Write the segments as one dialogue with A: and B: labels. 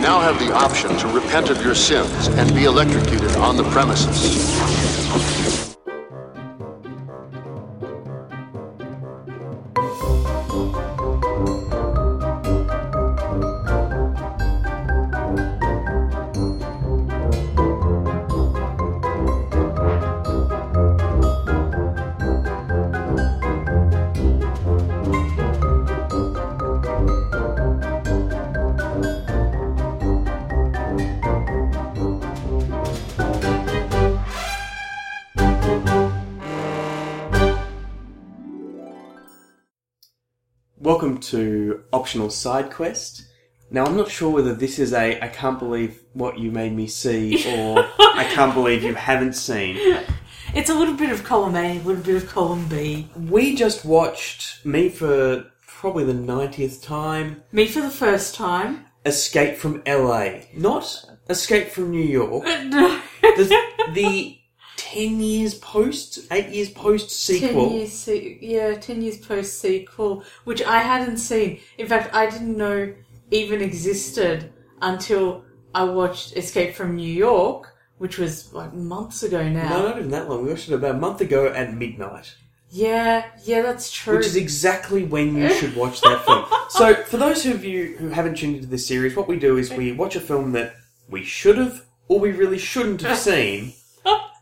A: now have the option to repent of your sins and be electrocuted on the premises.
B: Welcome to Optional Side Quest. Now, I'm not sure whether this is a I can't believe what you made me see or I can't believe you haven't seen.
C: It's a little bit of column A, a little bit of column B.
B: We just watched me for probably the 90th time
C: Me for the first time.
B: Escape from LA. Not Escape from New York.
C: No.
B: The, the 10 years post, 8 years post sequel.
C: Ten years, se- yeah, ten years post sequel, which I hadn't seen. In fact, I didn't know even existed until I watched Escape from New York, which was like months ago now.
B: No, not even that long. We watched it about a month ago at midnight.
C: Yeah, yeah, that's true.
B: which is exactly when you should watch that film. So, for those of you who haven't tuned into this series, what we do is we watch a film that we should have or we really shouldn't have seen,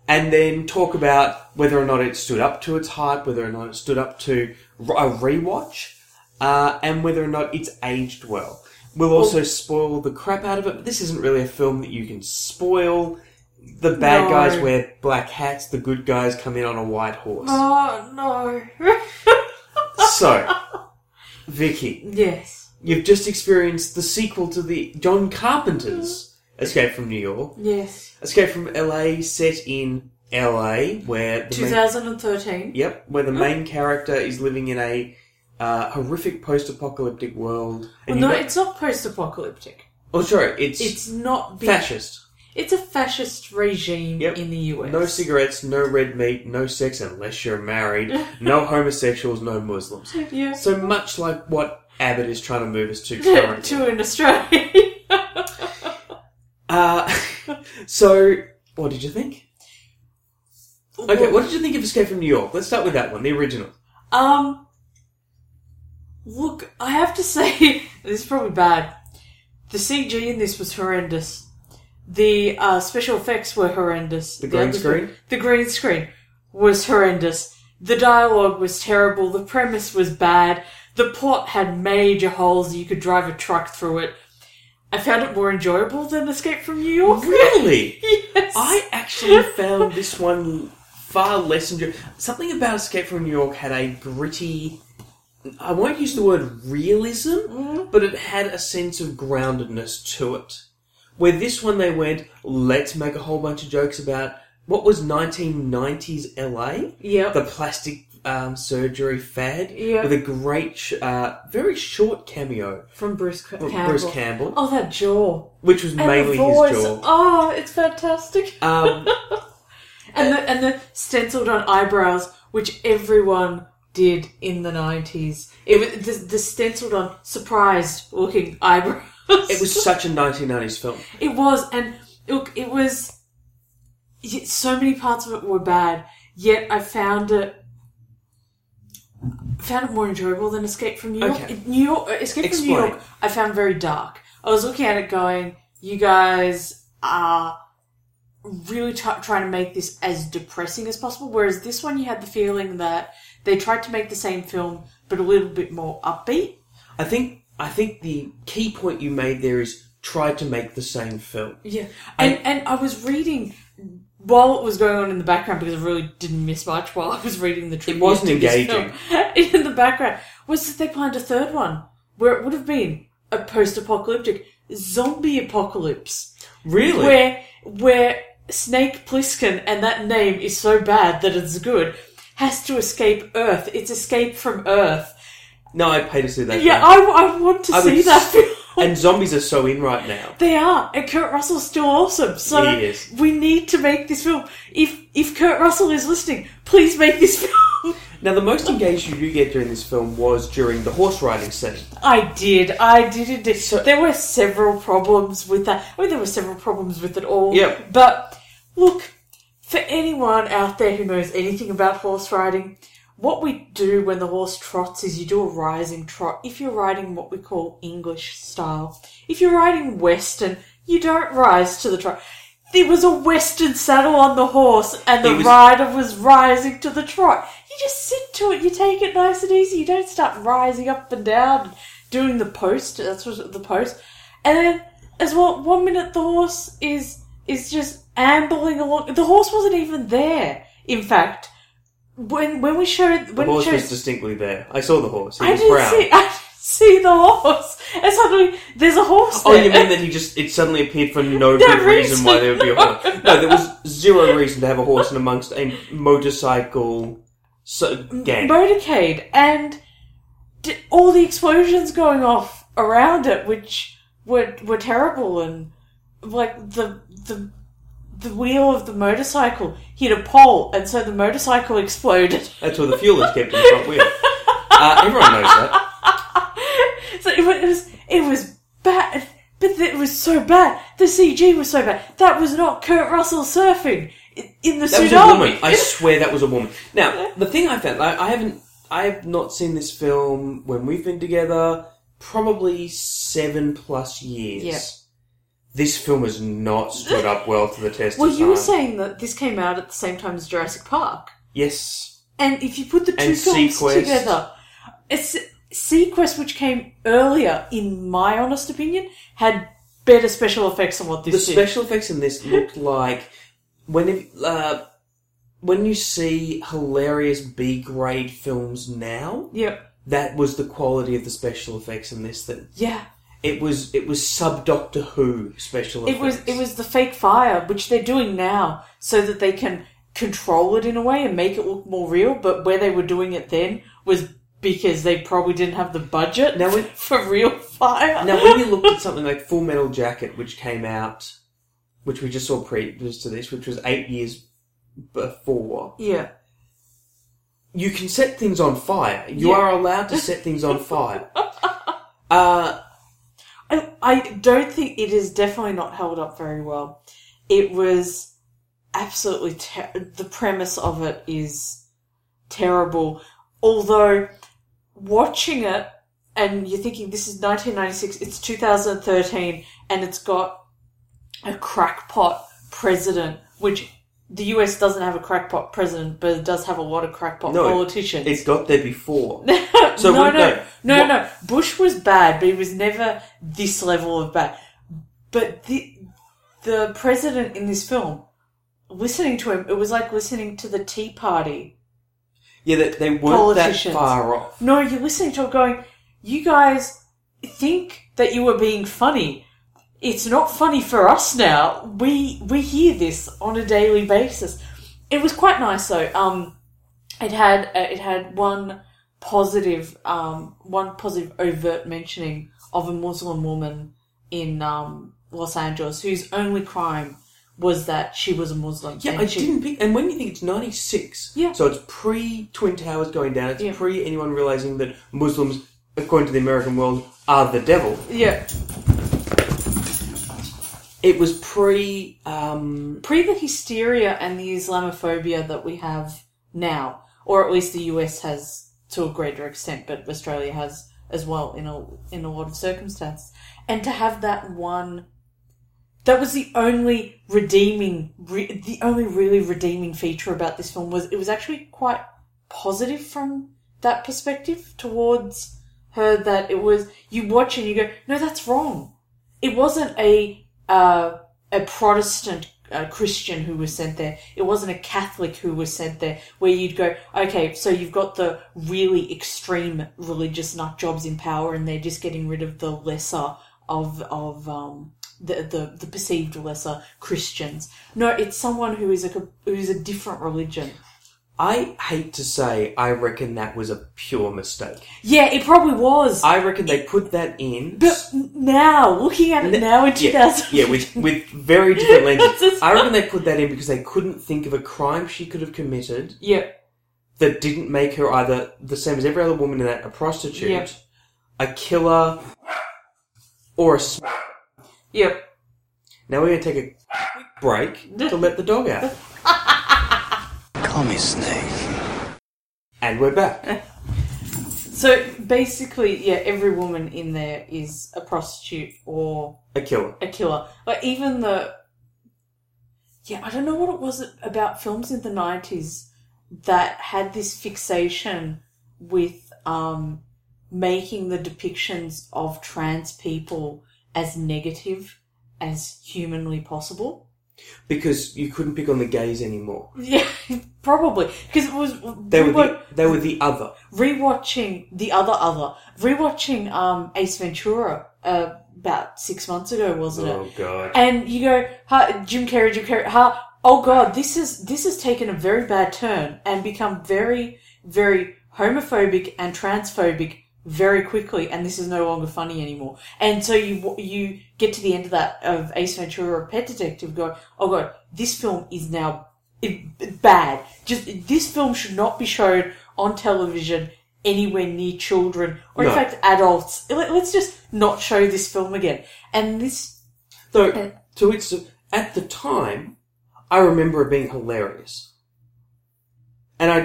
B: and then talk about whether or not it stood up to its hype, whether or not it stood up to r- a rewatch, uh, and whether or not it's aged well. We'll also spoil the crap out of it, but this isn't really a film that you can spoil. The bad
C: No.
B: guys wear black hats, the good guys come in on a white horse.
C: oh no.
B: So, Vicky,
C: yes.
B: you've just experienced the sequel to the John Carpenter's Escape from New York,
C: Yes.
B: Escape from L.A. set in L.A., where the main,
C: 2013.
B: yep, where the main character is living in a uh, horrific post-apocalyptic world.
C: Well,
B: And you
C: no,
B: know-
C: it's not post-apocalyptic.
B: oh, sorry, it's,
C: It's not big.
B: fascist.
C: It's a fascist regime
B: Yep.
C: in the US.
B: No cigarettes, no red meat, no sex unless you're married. No homosexuals, no Muslims.
C: Yeah.
B: So much like what Abbott is trying to move us to currently.
C: to in Australia.
B: Uh, so, what did you think? Okay, what did you think of Escape from New York? Let's start with that one, the original.
C: Um, look, I have to say, this is probably bad. The CG in this was horrendous. The uh, special effects were horrendous.
B: The green
C: other-
B: screen?
C: The green screen was horrendous. The dialogue was terrible. The premise was bad. The plot had major holes. You could drive a truck through it. I found it more enjoyable than Escape from New York.
B: Really?
C: yes.
B: I actually found this one far less enjoyable. Something about Escape from New York had a gritty. I won't use the word realism,
C: Mm-hmm.
B: but it had a sense of groundedness to it. Where this one, they went, let's make a whole bunch of jokes about what was 1990s LA?
C: Yep.
B: the plastic um, surgery fad
C: Yeah.
B: with a great, sh- uh, very short cameo
C: From Bruce Ca-
B: from
C: Campbell.
B: Bruce Campbell,
C: Oh, that jaw.
B: which was
C: And
B: mainly
C: the
B: his
C: voice.
B: jaw.
C: Oh, it's fantastic.
B: Um,
C: And the and the stenciled on eyebrows, which everyone did in the nineties. It was the, the stenciled on surprised looking eyebrows.
B: it was such a 1990s film.
C: It was, and look, it was. y- So many parts of it were bad, yet I found it found it more enjoyable than Escape from New York.
B: Okay.
C: It- New York, uh, Escape from
B: Explain.
C: New York, I found very dark. I was looking at it, going, "You guys are really try trying to make this as depressing as possible." Whereas this one, you had the feeling that they tried to make the same film, but a little bit more upbeat.
B: I think I think the key point you made there is try to make the same film.
C: Yeah, and and I was reading while it was going on in the background because I really didn't miss much while I was reading the tribute.
B: wasn't
C: to this
B: engaging.
C: film in the background was that they planned a third one where it would have been a post-apocalyptic zombie apocalypse
B: Really?
C: where where Snake Plissken and that name is so bad that it's good has to escape Earth. It's escape from Earth.
B: no, I'd pay to see that.
C: Yeah,
B: film.
C: I, I want to
B: I
C: see
B: would
C: that
B: s-
C: film.
B: and zombies are so in right now.
C: They are, and Kurt Russell's still awesome. So
B: He is.
C: we need to make this film. If if Kurt Russell is listening, please make this film.
B: Now, the most engaged you do get during this film was during the horse riding scene.
C: I did. I did indeed. there were several problems with that. I mean, there were several problems with it all.
B: Yep.
C: But look, for anyone out there who knows anything about horse riding, what we do when the horse trots is you do a rising trot. If you're riding what we call English style, if you're riding Western, you don't rise to the trot. There was a Western saddle on the horse, and the
B: He was-
C: rider was rising to the trot. You just sit to it. You take it nice and easy. You don't start rising up and down, and doing the post. That's what the post. And then, as well, one minute the horse is is just ambling along. The horse wasn't even there. In fact, when when we showed
B: The
C: when we
B: horse
C: showed
B: was distinctly there. I saw the horse. He
C: I
B: was
C: didn't
B: brown.
C: see I didn't see the horse. And suddenly there's a horse.
B: Oh,
C: there.
B: you mean that he just it suddenly appeared for no
C: No
B: good reason
C: reason,
B: why there would be a
C: no.
B: horse? No, there was zero reason to have a horse in amongst a motorcycle so, gang.
C: motorcade and d- all the explosions going off around it, which were were terrible and like the the the wheel of the motorcycle hit a pole, and so the motorcycle exploded.
B: That's where the fuel is kept in the front wheel. Uh, everyone knows that.
C: So it wa- it was it was bad, but it was so bad. The CG was so bad. That was not Kurt Russell surfing i- in the
B: That was
C: tsunami.
B: a woman. I swear that was a woman. Now, the thing I found, I, I haven't, I have not seen this film when we've been together probably seven plus years.
C: Yeah.
B: This film has not stood up well to the test
C: well,
B: of
C: you were
B: time.
C: saying that this came out at the same time as Jurassic Park.
B: Yes.
C: And if you put the two
B: And
C: films
B: Sequest.
C: together, it's Sequest, which came earlier, in my honest opinion, had better special effects than what
B: the
C: this did.
B: special effects in this looked like when if, uh, when you see hilarious B grade films now,
C: Yeah,
B: that was the quality of the special effects in this thing.
C: yeah.
B: It was it was sub Doctor Who special
C: It was
B: effects.
C: it was the fake fire, which they're doing now, so that they can control it in a way and make it look more real. But where they were doing it then was because they probably didn't have the budget
B: Now when-
C: for real fire.
B: now when you looked at something like Full Metal Jacket, which came out, which we just saw previous to this, which was eight years before,
C: yeah,
B: you can set things on fire. You
C: Yeah.
B: are allowed to set things on fire. Uh,
C: I, I don't think it is definitely not held up very well. It was absolutely ter- the premise of it is terrible. Although watching it and you're thinking this is 1996, it's 2013, and it's got a crackpot president, which the US doesn't have a crackpot president, but it does have a lot of crackpot
B: No, it-
C: politicians.
B: It's got there before. So
C: no,
B: what-
C: no, no,
B: what-
C: no. Bush was bad, but he was never this level of bad. But the the president in this film, listening to him, it was like listening to the Tea Party.
B: Yeah, they, they weren't that
C: Politicians.
B: far off.
C: No, you're listening to him going, "You guys think that you were being funny." It's not funny for us now. We we hear this on a daily basis. It was quite nice though. Um, it had uh, it had one positive um, one positive overt mentioning of a Muslim woman in um, Los Angeles whose only crime was that she was a Muslim.
B: Yeah,
C: and
B: I
C: she-
B: didn't pick. And when you think it's 96,
C: Yeah.
B: so it's pre Twin Towers going down, it's
C: Yeah.
B: pre anyone realizing that Muslims, according to the American world, are the devil.
C: Yeah,
B: It was pre. Um,
C: pre the hysteria and the Islamophobia that we have now, or at least the US has to a greater extent, but Australia has as well in a in a lot of circumstances. And to have that one, that was the only redeeming, re, the only really redeeming feature about this film was it was actually quite positive from that perspective towards her that it was you watch and you go no that's wrong it wasn't a uh, a Protestant uh, Christian who was sent there. It wasn't a Catholic who was sent there. Where you'd go, okay, so you've got the really extreme religious nut jobs in power, and they're just getting rid of the lesser of of um, the, the the perceived lesser Christians. No, it's someone who is a co- who's a different religion.
B: I hate to say, I reckon that was a pure mistake.
C: Yeah, it probably was.
B: I reckon they put that in.
C: but now, looking at it now in two
B: yeah,
C: thousand,
B: yeah, with with very different lenses.
C: That's-
B: I reckon they put that in because they couldn't think of a crime she could have committed
C: yeah,
B: that didn't make her either the same as every other woman in that a prostitute,
C: Yep.
B: a killer, or a. Sm-
C: Yep.
B: now we're going to take a break to let the dog out.
D: Call me Snake.
B: And we're back.
C: So basically, yeah, every woman in there is a prostitute or
B: A killer.
C: a killer. Like even the yeah, I don't know what it was about films in the nineties that had this fixation with um, making the depictions of trans people as negative as humanly possible.
B: Because you couldn't pick on the gays anymore.
C: Yeah, probably because it was
B: They
C: we
B: were,
C: were
B: the, they were the other.
C: rewatching the other other rewatching um, Ace Ventura uh, about six months ago, wasn't it?
B: God.
C: and you go, ha, Jim Carrey, Jim Carrey, ha, oh god, this is this has taken a very bad turn and become very, very homophobic and transphobic very quickly, and this is no longer funny anymore. And so you you get to the end of that of Ace Ventura, Pet Detective, go, oh god, this film is now i- bad. Just this film should not be shown on television. Anywhere near children, or in
B: No.
C: fact adults. Let- Let's just not show this film again. And this
B: Though, to its, at the time, I remember it being hilarious. And I,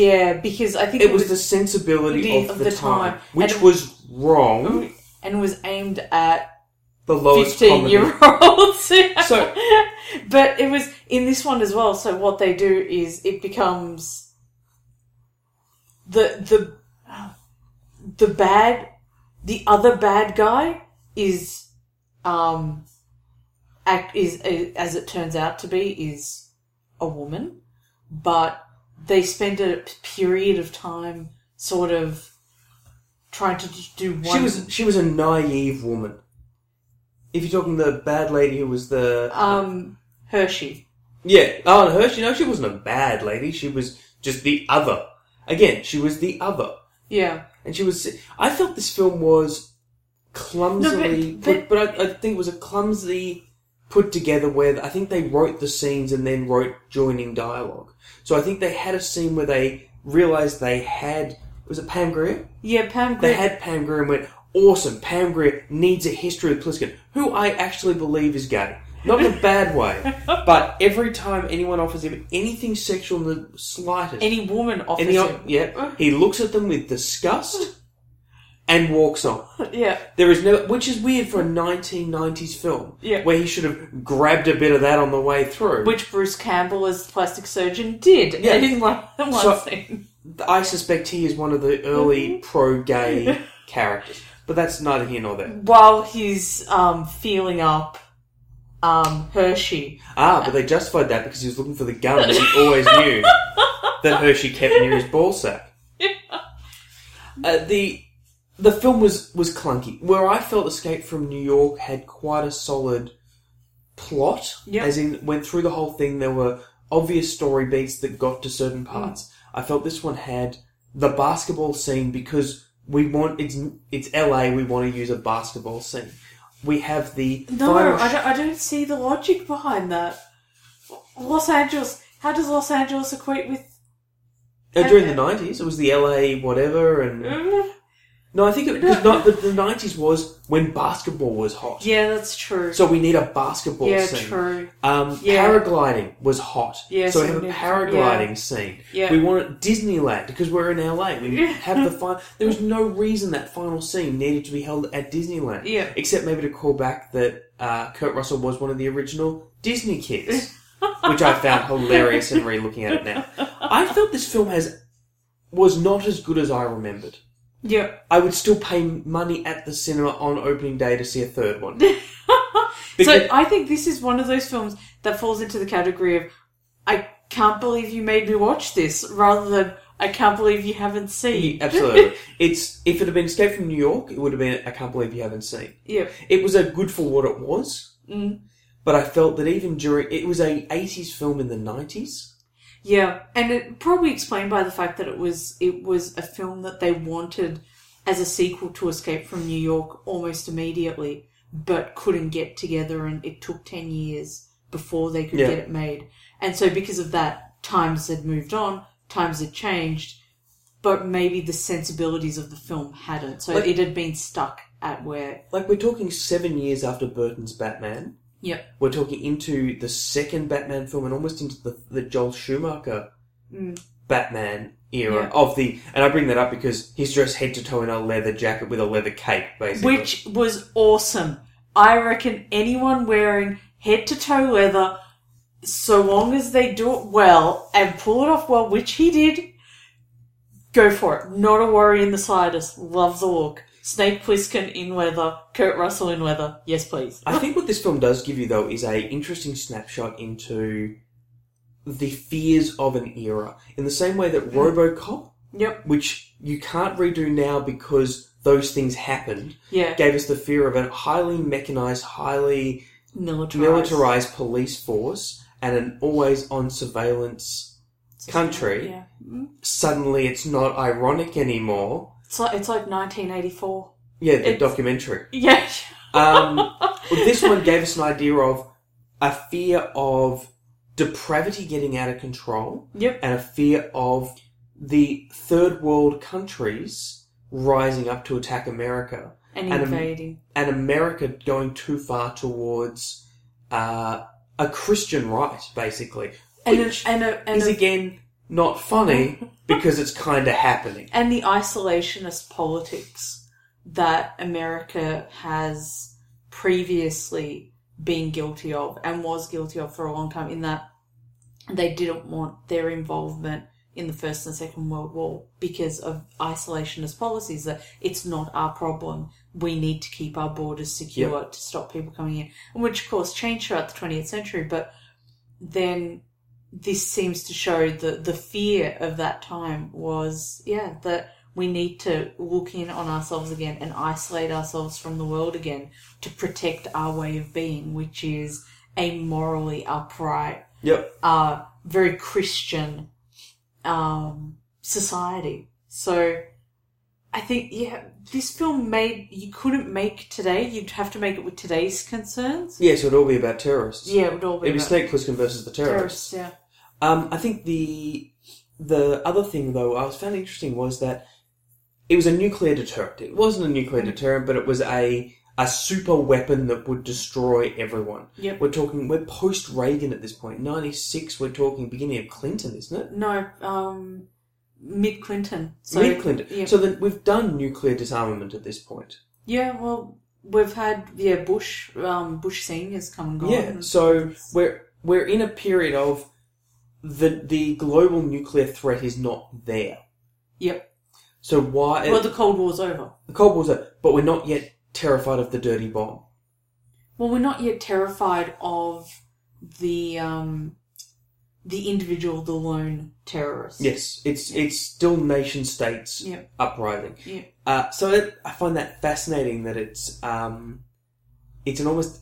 C: Yeah, because I think
B: it was the sensibility
C: the-
B: of the time,
C: time.
B: which
C: And-
B: was wrong.
C: and was aimed at
B: The lowest
C: fifteen
B: comedy.
C: year olds.
B: So-
C: but it was in this one as well. So what they do is it becomes the the the bad the other bad guy is um act is as it turns out to be is a woman, but they spend a period of time sort of trying to do one.
B: She was she was a naive woman. If you're talking the bad lady who was the
C: um Hershey.
B: yeah, oh, and her, she no, she wasn't a bad lady. She was just the other. Again, she was the other,
C: Yeah.
B: and she was. I felt this film was clumsily,
C: No, but-
B: put- but, I, I think it was a clumsy put together where I think they wrote the scenes and then wrote joining dialogue. So I think they had a scene where they realized they had was it Pam Grier?
C: Yeah, Pam
B: They
C: Grier.
B: had Pam Grier and went, awesome, Pam Grier needs a history with Pliskin, who I actually believe is gay. Not in a bad way, but every time anyone offers him anything sexual in the slightest,
C: any woman offers
B: any,
C: him.
B: yeah, he looks at them with disgust and walks on.
C: Yeah.
B: There is never, which is weird for a 1990s film,
C: Yeah.
B: where he should have grabbed a bit of that on the way through.
C: Which Bruce Campbell as the plastic surgeon did
B: Yeah.
C: in one, one
B: So-
C: scene.
B: I suspect he is one of the early pro-gay characters, but that's neither here nor there.
C: While he's um feeling up um Hershey.
B: Ah, but they justified that because he was looking for the gun that he always knew that Hershey kept near his ball sack. Uh, the the film was was clunky. Where I felt Escape from New York had quite a solid plot,
C: Yep.
B: as in went through the whole thing. There were obvious story beats that got to certain
C: Mm.
B: parts. I felt this one had the basketball scene because we want it's it's LA. We want to use a basketball scene. We have the
C: No,
B: final
C: I don't, I don't see the logic behind that. Los Angeles. How does Los Angeles equate with.
B: Uh, during the nineties, it was the LA whatever,
C: Mm.
B: and no, I think it, cause not, the the nineties was when basketball was hot.
C: Yeah, that's true.
B: So we need a basketball
C: yeah,
B: scene.
C: true.
B: Um,
C: Yeah.
B: Paragliding was hot.
C: Yeah,
B: so we
C: so
B: have
C: we
B: a
C: need-
B: paragliding scene.
C: Yeah.
B: We want Disneyland because we're in LA. We have the final. There was no reason that final scene needed to be held at Disneyland.
C: Yeah.
B: Except maybe to call back that uh, Kurt Russell was one of the original Disney kids, which I found hilarious and re-looking at it now. I felt this film has was not as good as I remembered.
C: Yeah.
B: I would still pay money at the cinema on opening day to see a third one. Because-
C: so I think this is one of those films that falls into the category of I can't believe you made me watch this rather than I can't believe you haven't
B: Yeah,
C: seen.
B: Absolutely. it's if it had been Escape from New York, it would have been I can't believe you haven't seen.
C: Yeah.
B: It was a good for what it was, but I felt that even during it was a eighties film in the nineties.
C: Yeah. And it probably explained by the fact that it was it was a film that they wanted as a sequel to Escape from New York almost immediately, but couldn't get together and it took ten years before they could
B: Yeah.
C: get it made. And so because of that, times had moved on, times had changed, but maybe the sensibilities of the film hadn't. So
B: Like-
C: it had been stuck at where.
B: Like we're talking seven years after Burton's Batman.
C: Yep.
B: We're talking into the second Batman film and almost into the, the Joel Schumacher Batman era
C: Yeah.
B: of the. And I bring that up because he's dressed head to toe in a leather jacket with a leather cape, basically.
C: Which was awesome. I reckon anyone wearing head to toe leather, so long as they do it well and pull it off well, which he did, go for it. Not a worry in the slightest. Love the look. Snake Plissken in leather, Kurt Russell in leather. Yes, please.
B: I think what this film does give you though is a interesting snapshot into the fears of an era. In the same way that RoboCop,
C: Yep.
B: which you can't redo now because those things happened,
C: Yeah.
B: gave us the fear of a highly mechanized, highly
C: Militarized.
B: militarized police force and an always on surveillance country.
C: Yeah. Mm-hmm.
B: Suddenly it's not ironic anymore.
C: It's like, it's like 1984.
B: Yeah, the
C: It's-
B: documentary.
C: Yeah.
B: Um, well, this one gave us an idea of a fear of depravity getting out of control
C: Yep.
B: and a fear of the third world countries rising up to attack America
C: And
B: and a-
C: invading.
B: and America going too far towards uh, a Christian right, basically.
C: And, a-
B: which
C: and, a, and,
B: is
C: a-
B: again not funny because it's kind of happening.
C: and the isolationist politics that America has previously been guilty of and was guilty of for a long time in that they didn't want their involvement in the First and Second World War because of isolationist policies that it's not our problem. We need to keep our borders secure to stop people coming in, and which of course changed throughout the 20th century, but then this seems to show the the fear of that time was yeah that we need to look in on ourselves again and isolate ourselves from the world again to protect our way of being which is a morally upright
B: Yep.
C: uh very christian um society so i think yeah this film made you couldn't make today you'd have to make it with today's concerns
B: Yeah, so it'd all be about terrorists.
C: yeah it would all be
B: It'd be
C: about
B: Snake Plissken versus the terrorists.
C: terrorists yeah
B: Um, I think the the other thing though I was found interesting was that it was a nuclear deterrent. It wasn't a nuclear
C: Mm-hmm.
B: deterrent, but it was a a super weapon that would destroy everyone.
C: Yep.
B: We're talking we're post Reagan at this point. Ninety six we're talking beginning of Clinton, isn't it?
C: No, um, mid Clinton. So,
B: Mid Clinton.
C: Yeah.
B: So that we've done nuclear disarmament at this point.
C: yeah, well, we've had yeah Bush, um, Bush seniors come and gone.
B: Yeah. So we're we're in a period of the the global nuclear threat is not there.
C: yep.
B: So why
C: Well, the Cold War's over.
B: The Cold War's over, but we're not yet terrified of the dirty bomb.
C: Well, we're not yet terrified of the um, the individual, the lone terrorist.
B: Yes, it's it's still nation states
C: Yeah.
B: uprising.
C: Yeah.
B: Uh, so it, I find that fascinating that it's um, it's an almost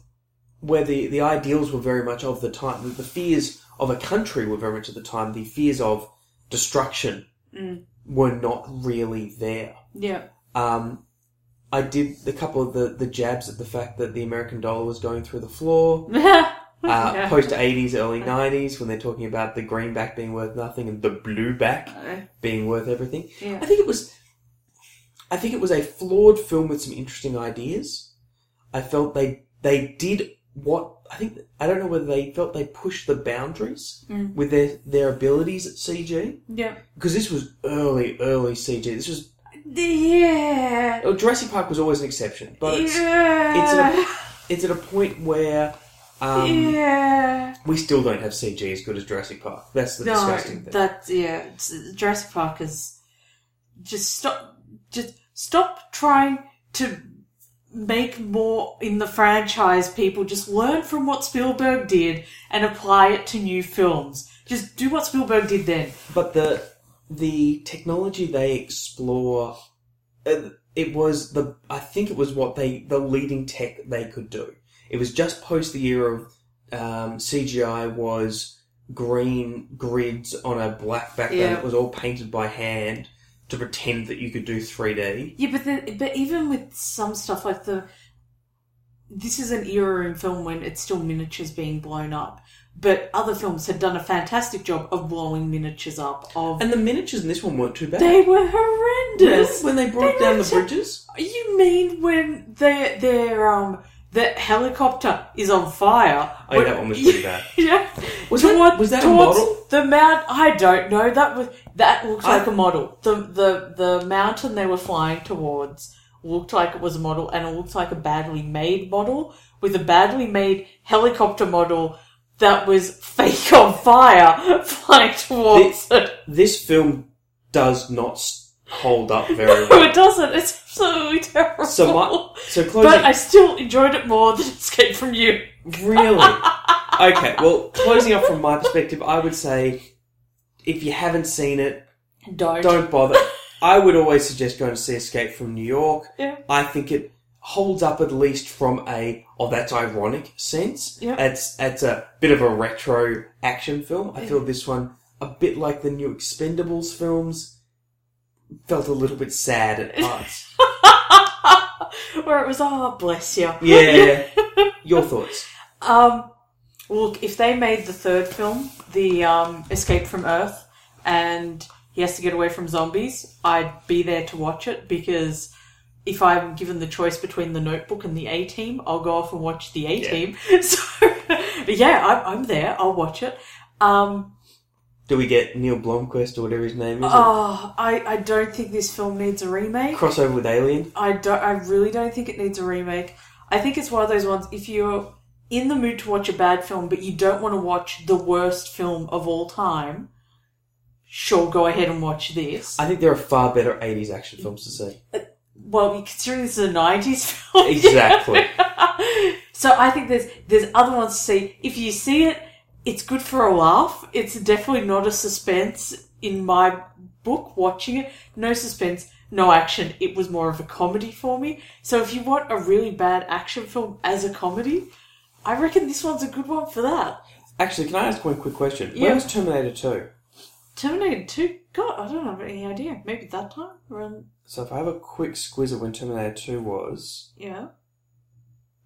B: where the, the ideals were very much of the time. The, the fears of a country were very much of the time. The fears of destruction were not really there.
C: Yeah.
B: Um, I did a couple of the, the jabs at the fact that the American dollar was going through the floor. uh,
C: Yeah.
B: post 80s, early 90s, when they're talking about the greenback being worth nothing and the blueback being worth everything.
C: Yeah.
B: I think it was, I think it was a flawed film with some interesting ideas. I felt they they did what I think I don't know whether they felt they pushed the boundaries
C: Mm.
B: with their their abilities at CG
C: yeah.
B: because this was early early CG. This was
C: The- yeah.
B: oh, Jurassic Park was always an exception, but it's it's at
C: yeah.
B: a, it's at a point where. Um,
C: yeah.
B: We still don't have CG as good as Jurassic Park. That's the
C: No,
B: disgusting thing.
C: that yeah, it's- Jurassic Park is just stop, just stop trying to make more in the franchise. People just learn from what Spielberg did and apply it to new films. Just do what Spielberg did then.
B: but the the technology they explore, uh, it was the I think it was what they the leading tech they could do. It was just post the era of um, CGI was green grids on a black background
C: Yeah.
B: that was all painted by hand to pretend that you could do three D.
C: Yeah, but the, but even with some stuff like the, this is an era in film when it's still miniatures being blown up, but other films had done a fantastic job of blowing miniatures up. Of
B: And the miniatures in this one weren't too bad.
C: they were horrendous
B: when they brought
C: They
B: down
C: were
B: the
C: ter-
B: bridges.
C: You mean when their their um the helicopter is on fire?
B: Oh, yeah, that one was pretty bad.
C: yeah.
B: Was that-
C: Toward-
B: was that a
C: towards
B: model?
C: The mount? I don't know. That was that looked
B: I-
C: like a model. The the the mountain they were flying towards looked like it was a model, and it looked like a badly made model with a badly made helicopter model that was fake on fire flying towards it.
B: This film does not s- hold up very well.
C: it doesn't. It's absolutely terrible.
B: So my, so closing.
C: But I still enjoyed it more than Escape from You.
B: Really? Okay, well, closing up from my perspective, I would say if you haven't seen it,
C: Don't.
B: don't bother. I would always suggest going to see Escape from New York.
C: Yeah.
B: I think it holds up at least from a oh that's ironic sense.
C: Yeah.
B: It's it's a bit of a retro action film. I feel this one a bit like the new Expendables films. Felt a little bit sad at parts.
C: Where it was, oh, bless you.
B: yeah. Your thoughts?
C: Um, look, if they made the third film, the um, Escape from Earth, and he has to get away from zombies, I'd be there to watch it because if I'm given the choice between The Notebook and The A Team, I'll go off and watch The A Team. So, yeah, I'm, I'm there. I'll watch it. Um,
B: Do we get Neil Blomquist or whatever his name is?
C: Oh, I, I don't think this film needs a remake.
B: crossover with Alien?
C: I don't. I really don't think it needs a remake. I think it's one of those ones. If you're in the mood to watch a bad film, but you don't want to watch the worst film of all time, sure, go ahead and watch this.
B: I think there are far better 80s action films to see.
C: well, considering this is a '90s film,
B: Exactly.
C: so I think there's there's other ones to see. If you see it, it's good for a laugh. It's definitely not a suspense in my book. Watching it, no suspense, no action. It was more of a comedy for me. So if you want a really bad action film as a comedy, I reckon this one's a good one for that.
B: Actually, can I ask one quick question?
C: Yeah.
B: When was Terminator 2?
C: Terminator Two. God, I don't have any idea. Maybe that time around.
B: So if I have a quick squiz of when Terminator 2 was...
C: Yeah.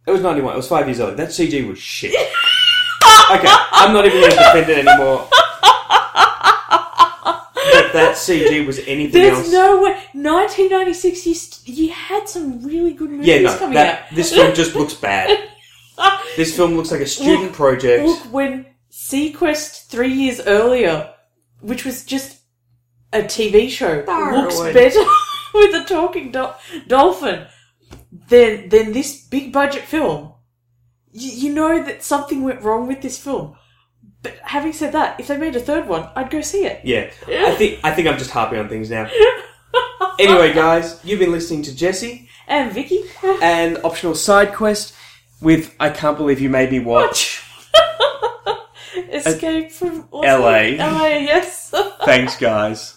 B: It was 91. It was five years old. That CG was shit. okay, I'm not even going to defend it anymore. But that CG was anything
C: There's
B: else...
C: no way. 1996. You st- you had some really good movies
B: yeah, no,
C: coming
B: that,
C: out.
B: this film just looks bad. This film looks like a student
C: Look-
B: project.
C: Look, when Sequest three years earlier, which was just a TV show, looks
B: Darwin.
C: better with a talking dol dolphin than than this big budget film. You, you know that something went wrong with this film. But having said that, if they made a third one, I'd go see it.
B: Yeah. I think I think I'm just harping on things now. anyway, guys, you've been listening to Jesse
C: And Vicky,
B: and optional side quest with I can't believe you made me watch.
C: Escape from
B: LA.
C: LA, yes.
B: Thanks, guys.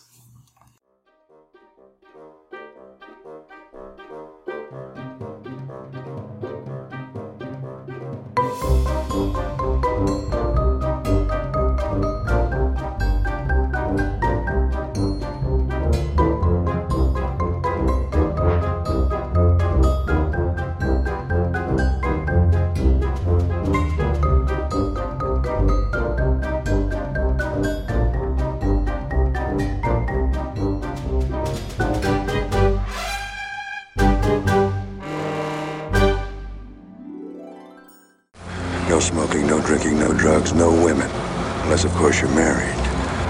D: No smoking, no drinking, no drugs, no women. Unless, of course, you're married.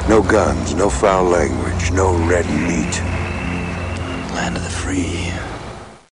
D: No guns, no foul language, no red meat. Land of the free.